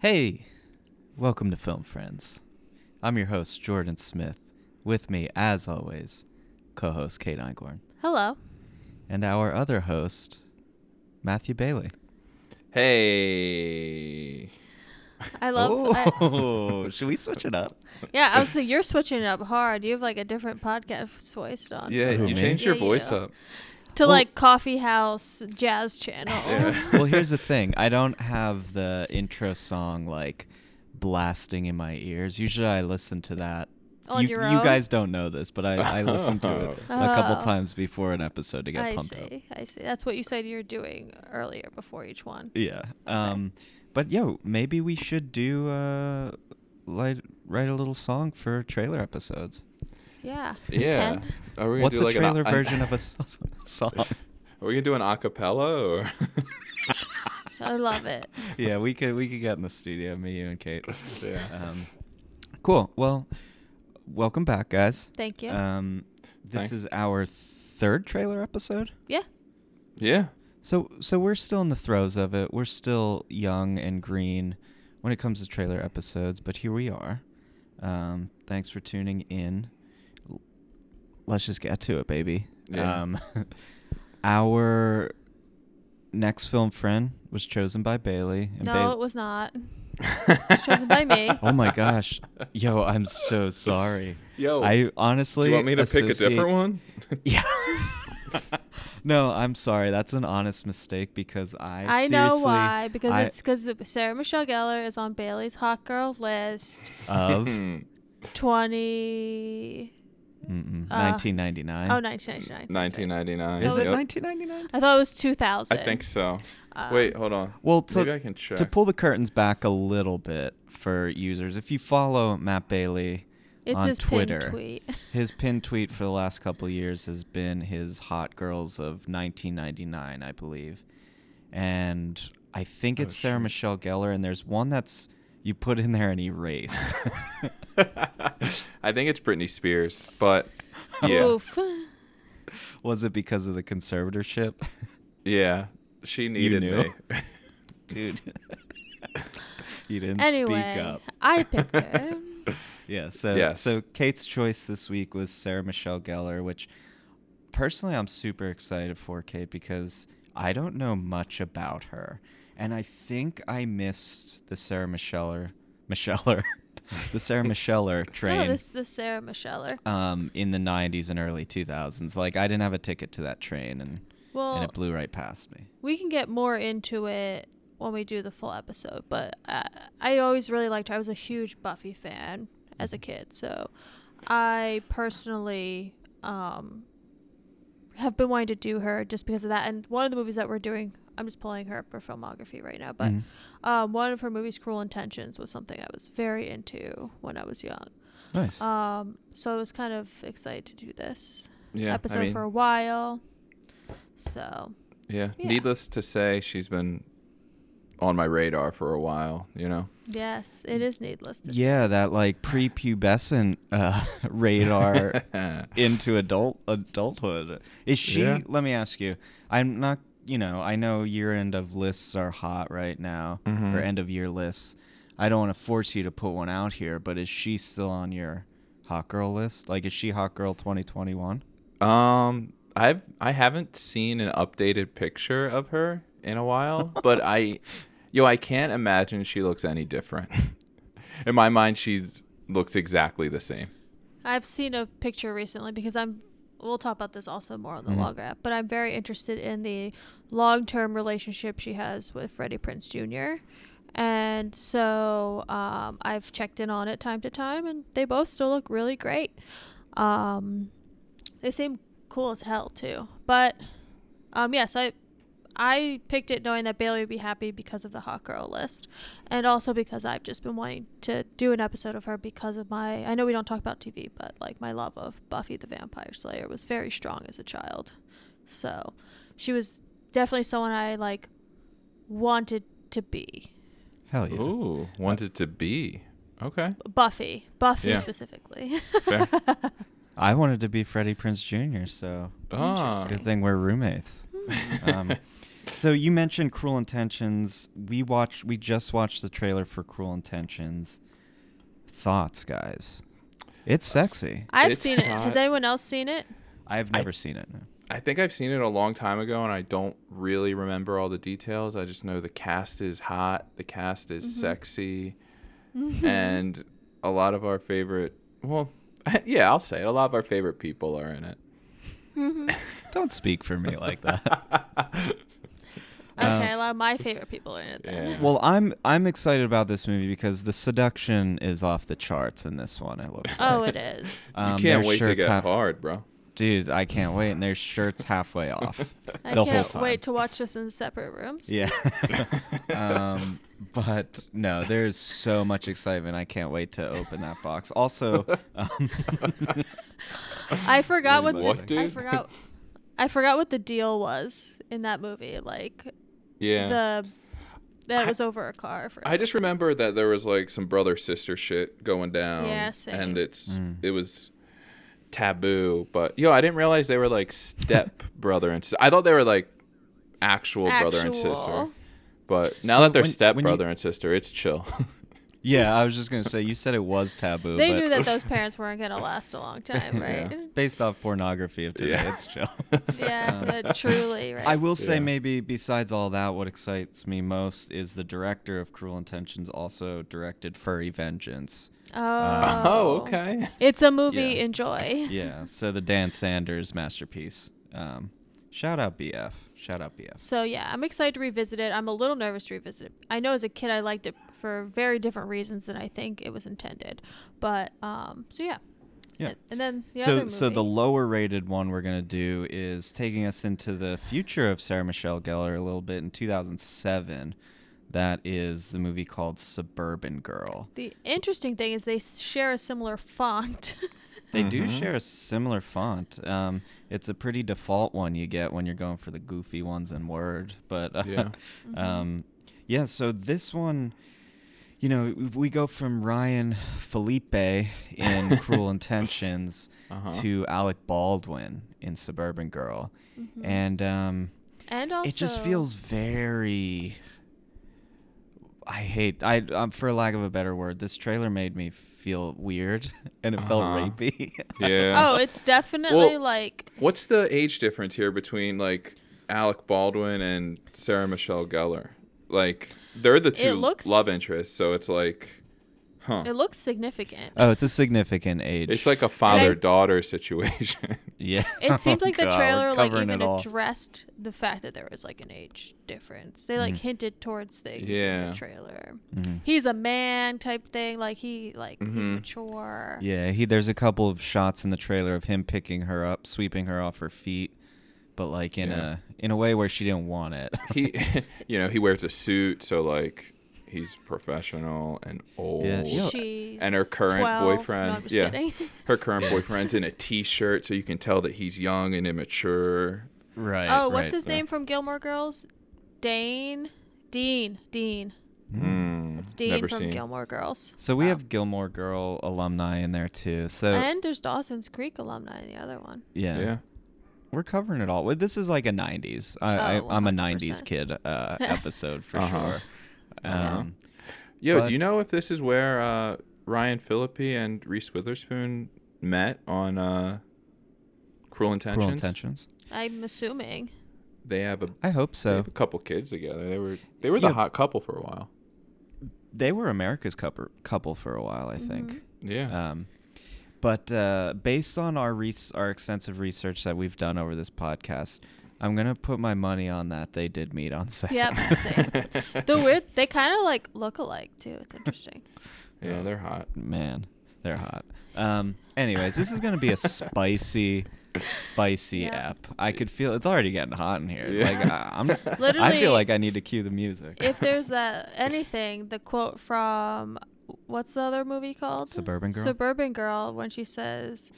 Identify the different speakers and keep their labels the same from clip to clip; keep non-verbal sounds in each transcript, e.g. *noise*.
Speaker 1: Hey, welcome to Film Friends. I'm your host, Jordan Smith. With me, as always, co host Kate Einkorn.
Speaker 2: Hello.
Speaker 1: And our other host, Matthew Bailey.
Speaker 3: Hey.
Speaker 2: I love. I,
Speaker 1: Oh, *laughs* should we switch it up?
Speaker 2: yeah, I was like, you're switching up hard. You have like a different podcast voice on.
Speaker 3: Yeah,
Speaker 1: Who,
Speaker 3: you
Speaker 1: me?
Speaker 3: changed your
Speaker 2: Yeah, you
Speaker 3: voice
Speaker 2: do.
Speaker 3: up.
Speaker 2: To
Speaker 1: Well-
Speaker 2: like Coffee House Jazz Channel. *laughs*
Speaker 3: Yeah.
Speaker 1: *laughs* well, here's the thing I don't have the intro song like blasting in my ears. Usually I listen to that.
Speaker 2: On
Speaker 1: you,
Speaker 2: your
Speaker 1: you
Speaker 2: own?
Speaker 1: guys don't know this, but I, I listen to
Speaker 2: *laughs*
Speaker 1: it a couple
Speaker 2: Oh.
Speaker 1: times before an episode to get
Speaker 2: I
Speaker 1: pumped up.
Speaker 2: see. I see. That's what you said you were doing earlier before each one.
Speaker 1: Yeah. Um, but yo, maybe we should do uh, like write a little song for trailer episodes.
Speaker 2: Yeah. you
Speaker 3: Yeah.
Speaker 2: can.
Speaker 3: Are we gonna
Speaker 1: What's
Speaker 3: do
Speaker 1: a
Speaker 3: like an
Speaker 1: trailer
Speaker 3: a- an-
Speaker 1: version
Speaker 3: *laughs*
Speaker 1: of a s- song?
Speaker 3: Are we gonna do an acapella or?
Speaker 2: *laughs* I love
Speaker 3: *laughs*
Speaker 2: it.
Speaker 1: *laughs* yeah, we could we could get in the studio, me, you, and Kate.
Speaker 3: Yeah.
Speaker 1: *laughs* Um, cool. Well, welcome back, guys.
Speaker 2: Thank you.
Speaker 1: Um, this
Speaker 3: Thanks.
Speaker 1: is our third trailer episode.
Speaker 2: yeah.
Speaker 3: yeah.
Speaker 1: So so we're still in the throes of it. We're still young and green when it comes to trailer episodes, but here we are. Um, thanks for tuning in. L- Let's just get to it, baby.
Speaker 3: Yeah.
Speaker 1: Um, *laughs* our next film friend was chosen by Bailey.
Speaker 2: No,
Speaker 1: Bail-
Speaker 2: *laughs* it was not. Chosen by me.
Speaker 1: *laughs* Oh my gosh, yo, I'm so sorry.
Speaker 3: Yo.
Speaker 1: I honestly.
Speaker 3: Oh. do you want me to pick a
Speaker 1: associate-
Speaker 3: different one?
Speaker 1: *laughs* Yeah. no, I'm sorry. That's an honest mistake because I.
Speaker 2: I, know
Speaker 1: seriously-
Speaker 2: why because
Speaker 1: I-
Speaker 2: it's because Sarah Michelle Gellar is on Bailey's hot girl list
Speaker 1: of
Speaker 3: *laughs* Hmm.
Speaker 2: 20
Speaker 1: Mm-mm.
Speaker 2: Uh,
Speaker 1: 1999.
Speaker 2: oh 1999 that's right.
Speaker 3: 1999.
Speaker 1: Is
Speaker 2: That
Speaker 1: it
Speaker 2: was-
Speaker 1: 1999?
Speaker 2: I thought it was 2000
Speaker 3: I think so.
Speaker 2: Um,
Speaker 3: Wait, hold on.
Speaker 1: Well, to,
Speaker 3: Maybe I can check.
Speaker 1: to pull the curtains back a little bit for users, if you follow Matt Bailey
Speaker 2: It's
Speaker 1: on
Speaker 2: his pin
Speaker 1: Twitter,
Speaker 2: tweet.
Speaker 1: *laughs* his pin tweet for the last couple of years has been his hot girls of 1999, I believe. And I think
Speaker 3: Oh,
Speaker 1: it's Sarah
Speaker 3: shoot.
Speaker 1: Michelle Gellar, and there's one that's you put in there and erased. *laughs*
Speaker 3: *laughs* I think it's Britney Spears, but
Speaker 2: *laughs*
Speaker 3: yeah,
Speaker 2: Oof.
Speaker 1: Was it because of the conservatorship? *laughs*
Speaker 3: yeah, she needed
Speaker 1: knew.
Speaker 2: *laughs*
Speaker 3: me.
Speaker 1: Dude. you didn't *laughs* speak
Speaker 2: Anyway,
Speaker 1: up.
Speaker 2: I picked her.
Speaker 1: *laughs* Yeah. So
Speaker 3: Yes.
Speaker 1: so Kate's choice this week was Sarah Michelle Gellar, which personally I'm super excited for Kate because I don't know much about her, and I think I missed the Sarah Michelle Michelle *laughs* the Sarah Michelle train.
Speaker 2: *laughs* No, this this Sarah Micheller.
Speaker 1: um, in the 90s and early 2000s, like I didn't have a ticket to that train, and and
Speaker 2: Well,
Speaker 1: it blew right past me.
Speaker 2: we can get more into it when we do the full episode, but uh, I always really liked her. I was a huge Buffy fan as
Speaker 1: Mm-hmm.
Speaker 2: a kid, so I personally um, have been wanting to do her just because of that. And one of the movies that we're doing, I'm just pulling her up her filmography right now, but
Speaker 1: Mhm.
Speaker 2: um, one of her movies, Cruel Intentions, was something I was very into when I was young.
Speaker 1: Nice.
Speaker 2: Um, so I was kind of excited to do this
Speaker 3: Yeah, I
Speaker 2: episode
Speaker 3: mean-
Speaker 2: for a while. So
Speaker 3: Yeah.
Speaker 2: Yeah.
Speaker 3: Needless to say, she's been on my radar for a while, you know?
Speaker 2: yes, it is needless to say.
Speaker 1: yeah, that like prepubescent uh, *laughs* radar
Speaker 3: *laughs* In
Speaker 1: into adult adulthood. Is she?
Speaker 3: Yeah.
Speaker 1: Let me ask you. I'm not. You know, I know year end of lists are hot right now,
Speaker 3: Mhm.
Speaker 1: or end of year lists. I don't want to force you to put one out here, but is she still on your hot girl list? Like, is she hot girl 2021?
Speaker 3: um I've I haven't seen an updated picture of her in
Speaker 2: *laughs*
Speaker 3: a while, but I yo, I can't imagine she looks any different. *laughs* in my mind she's looks exactly the same.
Speaker 2: I've seen a picture recently because I'm we'll talk about this also more on the
Speaker 1: Mhm.
Speaker 2: longer app, but I'm very interested in the long term relationship she has with Freddie Prince Jr. And so um, I've checked in on it time to time and they both still look really great. Um, they seem cool as hell too. But um, yes, I I picked it knowing that Bailey would be happy because of the hot girl list, and also because I've just been wanting to do an episode of her because of my. I know we don't talk about TV, but like my love of Buffy the Vampire Slayer was very strong as a child, so she was definitely someone I like wanted to be.
Speaker 1: Hell yeah.
Speaker 3: Ooh, wanted to be. Okay.
Speaker 2: Buffy, Buffy
Speaker 3: Yeah.
Speaker 2: specifically. *laughs*
Speaker 3: Fair.
Speaker 1: I wanted
Speaker 2: Oh,
Speaker 1: to be Freddie Prince Jr. So
Speaker 3: Ah.
Speaker 1: good thing we're roommates. Um, So you mentioned Cruel Intentions. We watched. We just watched the trailer for Cruel Intentions. Thoughts, guys? It's sexy.
Speaker 2: I've
Speaker 3: It's
Speaker 2: seen it.
Speaker 3: not-
Speaker 2: Has anyone else seen it?
Speaker 1: I've
Speaker 3: I-
Speaker 1: never seen it. no.
Speaker 3: I think I've seen it a long time ago, and I don't really remember all the details. I just know the cast is hot, the cast is
Speaker 2: Mm-hmm.
Speaker 3: sexy, and a lot of our favorite. Well, *laughs* yeah, I'll say it. A lot of our favorite people are in it.
Speaker 1: Don't speak for me
Speaker 3: *laughs*
Speaker 1: like that.
Speaker 2: Okay, a lot of my favorite people are in it then.
Speaker 3: Um, Yeah.
Speaker 1: well, I'm I'm excited about this movie because the seduction is off the charts in this one. It looks. *laughs*
Speaker 2: Oh,
Speaker 1: like.
Speaker 2: it is.
Speaker 1: Um,
Speaker 3: you can't
Speaker 1: their
Speaker 3: wait to
Speaker 1: shirts
Speaker 3: get
Speaker 1: have-
Speaker 3: hard, bro.
Speaker 1: dude. I can't wait, and their shirts halfway off.
Speaker 2: *laughs* I
Speaker 1: the whole
Speaker 2: can't
Speaker 1: time.
Speaker 2: wait to watch this in separate rooms.
Speaker 1: Yeah. *laughs* um, but no, there's so much excitement. I can't wait to open that box.
Speaker 3: *laughs*
Speaker 1: Also, um, *laughs*
Speaker 2: I forgot what,
Speaker 1: What,
Speaker 2: the, I
Speaker 3: dude?
Speaker 2: forgot I forgot what the deal was in that movie. Like
Speaker 3: Yeah.
Speaker 2: the that
Speaker 3: I-
Speaker 2: was over a car for
Speaker 3: I just remember that there was like some brother sister shit going down.
Speaker 2: Yeah, same.
Speaker 3: And it's
Speaker 1: Mm.
Speaker 3: it was taboo, but yo, I didn't realize they were
Speaker 1: *laughs*
Speaker 3: like step brother and sister. I thought they were like actual, brother and sister.
Speaker 2: Actual.
Speaker 3: But now
Speaker 1: So
Speaker 3: that they're
Speaker 1: when-
Speaker 3: step
Speaker 1: when you-
Speaker 3: brother and sister, it's chill.
Speaker 1: yeah, I was just gonna say you said it was taboo.
Speaker 2: They
Speaker 1: but
Speaker 3: *laughs*
Speaker 2: knew that those parents weren't gonna last a long time, right?
Speaker 1: Based off pornography of today,
Speaker 3: Yeah.
Speaker 1: it's
Speaker 3: *laughs*
Speaker 1: chill.
Speaker 2: *laughs*
Speaker 1: *laughs* Um,
Speaker 2: Yeah, that truly, right?
Speaker 1: I will say
Speaker 3: Yeah.
Speaker 1: maybe besides all that, what excites me most is the director of Cruel Intentions also directed Furry
Speaker 2: *laughs*
Speaker 1: Vengeance.
Speaker 2: *laughs* oh.
Speaker 3: *laughs* oh,
Speaker 2: *laughs*
Speaker 3: okay.
Speaker 2: It's a movie.
Speaker 1: Yeah.
Speaker 2: Enjoy.
Speaker 1: Yeah, so the Dan Sanders masterpiece. Um, shout out BF. Shout out BF.
Speaker 2: So yeah, I'm excited to revisit it. I'm a little nervous to revisit it. I know as a kid I liked it for very different reasons than I think it was intended. But um, so yeah.
Speaker 1: Yeah.
Speaker 2: And, and then the
Speaker 1: so
Speaker 2: other movie.
Speaker 1: so the lower rated one we're gonna do is taking us into the future of Sarah Michelle Gellar a little bit in 2007. That is the movie called Suburban Girl.
Speaker 2: The interesting thing is they s- share a similar font. *laughs*
Speaker 1: They do
Speaker 3: Mm-hmm.
Speaker 1: share a similar font. Um, it's a pretty default one you get when you're going for the goofy ones in Word, but uh, *laughs*
Speaker 3: Yeah.
Speaker 1: um, yeah. So this one, you know, we go from Ryan Felipe
Speaker 3: *laughs*
Speaker 1: in Cruel Intentions
Speaker 3: Uh-huh.
Speaker 1: to Alec Baldwin in Suburban Girl, and um,
Speaker 2: and also
Speaker 1: it just feels very. I hate I um, for lack of a better word. This trailer made me feel weird, *laughs* and it felt
Speaker 3: Uh-huh.
Speaker 1: rapey. *laughs*
Speaker 3: Yeah.
Speaker 2: Oh, it's definitely
Speaker 3: Well-
Speaker 2: like
Speaker 3: What's the age difference here between like Alec Baldwin and Sarah Michelle Gellar? Like they're the two
Speaker 2: looks-
Speaker 3: love interests, so it's like huh.
Speaker 2: it looks significant.
Speaker 1: *laughs* Oh, it's a significant age.
Speaker 3: It's like a father daughter situation. *laughs*
Speaker 1: yeah. *laughs*
Speaker 2: It seems
Speaker 1: Oh,
Speaker 2: like
Speaker 1: God,
Speaker 2: the
Speaker 1: we're
Speaker 2: trailer like
Speaker 1: covering
Speaker 2: even
Speaker 1: it all.
Speaker 2: addressed the fact that there was like an age difference. They
Speaker 1: Mm-hmm.
Speaker 2: like hinted towards things in
Speaker 3: Yeah.
Speaker 2: the trailer. He's a man type thing. Like he like
Speaker 1: Mm-hmm.
Speaker 2: he's mature.
Speaker 1: Yeah, he. There's a couple of shots in the trailer of him picking her up, sweeping her off her feet, but like in
Speaker 3: Yeah.
Speaker 1: a in a way where she didn't want it. *laughs*
Speaker 3: he, *laughs* you know, he wears a suit, so like he's professional and old.
Speaker 1: yo,
Speaker 2: She's
Speaker 3: and her current
Speaker 2: 12.
Speaker 3: boyfriend,
Speaker 2: No, I'm just
Speaker 3: yeah.
Speaker 2: kidding. *laughs*
Speaker 3: Her current boyfriend's in a t-shirt, so you can tell that he's young and immature.
Speaker 1: right.
Speaker 2: oh, what's
Speaker 1: right.
Speaker 2: his name from Gilmore Girls? Dane, Dean, Dean.
Speaker 3: Hmm,
Speaker 2: It's Dean
Speaker 3: never
Speaker 2: from
Speaker 3: seen.
Speaker 2: Gilmore Girls.
Speaker 1: So we have Gilmore Girl alumni in there too. So
Speaker 2: and there's Dawson's Creek alumni in the other one.
Speaker 1: yeah,
Speaker 3: Yeah.
Speaker 1: we're covering it all. Well, This is like a '90s. I,
Speaker 2: Oh,
Speaker 1: I, I'm a
Speaker 2: 100%.
Speaker 1: '90s kid
Speaker 2: *laughs*
Speaker 1: uh, episode for
Speaker 3: Uh-huh.
Speaker 1: sure. Um,
Speaker 3: Yo,
Speaker 1: But-
Speaker 3: do you know if this is where uh, Ryan Phillippe and Reese Witherspoon met on uh, Cruel Intentions?
Speaker 1: Cruel intentions.
Speaker 2: I'm assuming.
Speaker 3: They have a
Speaker 1: I hope
Speaker 3: they
Speaker 1: so.
Speaker 3: have a couple kids together. They were they were the
Speaker 1: Yeah.
Speaker 3: hot couple for a while.
Speaker 1: They were America's couple couple for a while,
Speaker 2: Mm-hmm.
Speaker 1: I think.
Speaker 3: Yeah.
Speaker 1: Um, but uh, based on our res- our extensive research that we've done over this podcast, I'm gonna put my money on that they did meet on *laughs* set.
Speaker 2: Yep, same. the weird, they kind of like look alike too.
Speaker 1: *laughs*
Speaker 2: It's interesting.
Speaker 3: yeah, they're hot.
Speaker 1: Man, they're hot. Um, anyways, this is gonna be a spicy, spicy
Speaker 2: Yep.
Speaker 1: app. I could feel it's already getting hot in here.
Speaker 3: Yeah.
Speaker 1: Like I, I'm, I
Speaker 2: *laughs* Literally,
Speaker 1: feel like I need to cue the music.
Speaker 2: if there's that anything, the quote from what's the other movie called?
Speaker 1: Suburban Girl?
Speaker 2: Suburban Girl, when she says,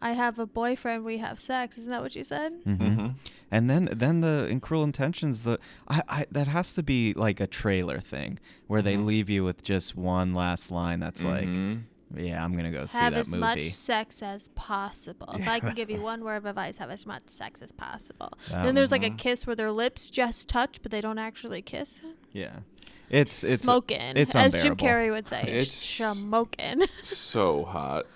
Speaker 2: "I have a boyfriend, we have sex." Isn't that what she said?
Speaker 1: Mhm.
Speaker 3: Mhm.
Speaker 1: And then, then the in Cruel Intentions, the I, I that has to be like a trailer thing where they leave you with just one last line that's like,
Speaker 3: Mhm.
Speaker 1: Yeah, I'm gonna go see
Speaker 2: have
Speaker 1: that
Speaker 2: as
Speaker 1: movie.
Speaker 2: much sex as possible. If I
Speaker 3: Yeah.
Speaker 2: can give
Speaker 1: *laughs*
Speaker 2: you one word of advice, have as much sex as possible.
Speaker 1: That
Speaker 2: then there's like a
Speaker 3: Mhm.
Speaker 2: kiss where their lips just touch, but they don't actually kiss.
Speaker 1: Yeah, it's it's
Speaker 2: smoking,
Speaker 1: It's
Speaker 2: as Jim
Speaker 1: unbearable.
Speaker 2: Carrey would say.
Speaker 3: It's-
Speaker 1: *laughs*
Speaker 2: *laughs* smoking.
Speaker 3: so hot.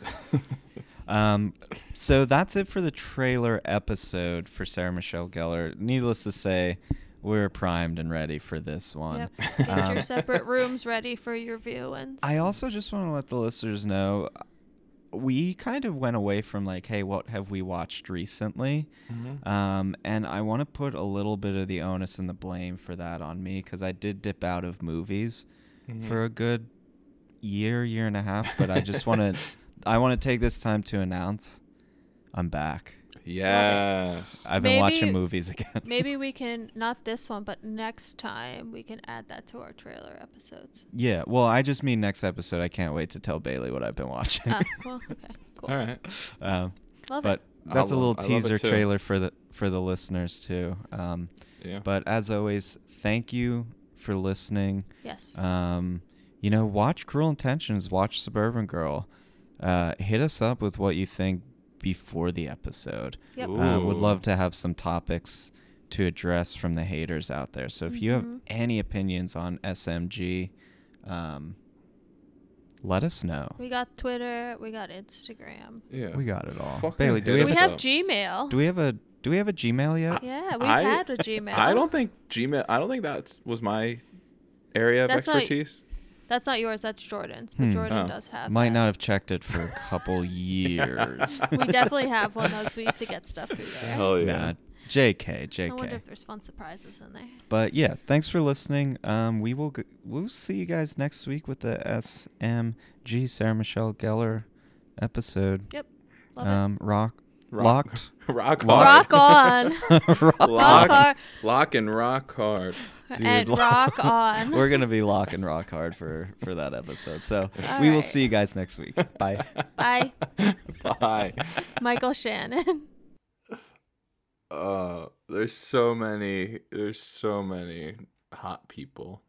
Speaker 1: Um, so that's it for the trailer episode for Sarah Michelle Gellar. Needless to say, we're primed and ready for this one.
Speaker 2: Yep.
Speaker 1: *laughs*
Speaker 2: Get
Speaker 1: Um,
Speaker 2: your separate rooms ready for your viewings.
Speaker 1: I also just want to let the listeners know uh, we kind of went away from like, hey, what have we watched recently?
Speaker 3: Mhm.
Speaker 1: Um, and I want to put a little bit of the onus and the blame for that on me because I did dip out of movies
Speaker 3: Mhm.
Speaker 1: for a good year, year and a half. But I just want
Speaker 3: *laughs*
Speaker 1: to, I want to take this time to announce I'm back.
Speaker 3: yes.
Speaker 1: I've been watching
Speaker 2: Maybe-
Speaker 1: movies again. *laughs*
Speaker 2: Maybe we can not this one, but next time we can add that to our trailer
Speaker 1: *laughs*
Speaker 2: episodes.
Speaker 1: Yeah, well, I just mean next episode. I can't wait to tell Bailey what I've been watching. *laughs*
Speaker 2: Ah, well, okay, cool.
Speaker 3: All right.
Speaker 1: um,
Speaker 2: Love
Speaker 1: but
Speaker 2: it.
Speaker 3: I
Speaker 1: that's a little
Speaker 3: love- I love it
Speaker 1: teaser
Speaker 3: too.
Speaker 1: trailer for the for the listeners too. Um,
Speaker 3: Yeah.
Speaker 1: But as always, thank you for listening.
Speaker 2: Yes.
Speaker 1: Um, you know, watch Cruel Intentions, watch Suburban Girl. Uh, hit us up with what you think before the episode.
Speaker 2: Yep.
Speaker 1: Uh, would
Speaker 3: Ooh.
Speaker 1: love to have some topics to address from the haters out there. So if you have
Speaker 2: Mhm.
Speaker 1: any opinions on SMG, um, let us know.
Speaker 2: we got Twitter. We got Instagram.
Speaker 3: yeah.
Speaker 1: we got it all.
Speaker 3: Fucking
Speaker 1: Bailey, do
Speaker 3: hit
Speaker 1: we
Speaker 3: us
Speaker 2: We have
Speaker 3: up.
Speaker 2: Gmail.
Speaker 1: Do we have a Do we have a Gmail yet?
Speaker 2: yeah, we've
Speaker 3: I-
Speaker 2: had with Gmail.
Speaker 3: I don't think Gmail. I don't think that was my area of
Speaker 2: That's not-
Speaker 3: expertise.
Speaker 2: That's not yours. That's Jordan's. But
Speaker 1: Hmm.
Speaker 2: Jordan
Speaker 3: Oh.
Speaker 2: does have.
Speaker 1: Might
Speaker 2: that.
Speaker 1: not have checked it for a
Speaker 2: *laughs*
Speaker 1: couple
Speaker 3: *laughs*
Speaker 1: years.
Speaker 2: We definitely have one though, 'cause we used to get stuff through there.
Speaker 3: Hell yeah.
Speaker 1: Nah, JK,
Speaker 2: I wonder
Speaker 1: JK.
Speaker 2: if there's fun surprises in there.
Speaker 1: But yeah, thanks for listening. Um, we will g- we'll see you guys next week with the SMG Sarah Michelle Gellar episode.
Speaker 2: Yep. Love it.
Speaker 1: um, rock,
Speaker 3: Rock- *laughs*
Speaker 1: locked, *laughs*
Speaker 3: Rock hard.
Speaker 2: Rock on.
Speaker 1: Rock-
Speaker 3: Lock,
Speaker 2: hard.
Speaker 3: lock and rock
Speaker 1: *laughs*
Speaker 3: hard.
Speaker 1: Dude,
Speaker 2: and
Speaker 1: lo-
Speaker 2: rock
Speaker 1: *laughs*
Speaker 2: on.
Speaker 1: We're gonna be lock and rock hard for for that episode. So
Speaker 2: All
Speaker 1: we will
Speaker 2: right.
Speaker 1: see you guys next week. Bye.
Speaker 2: Bye,
Speaker 3: Bye. *laughs*
Speaker 2: Michael Shannon.
Speaker 3: Uh, there's so many. There's so many hot people.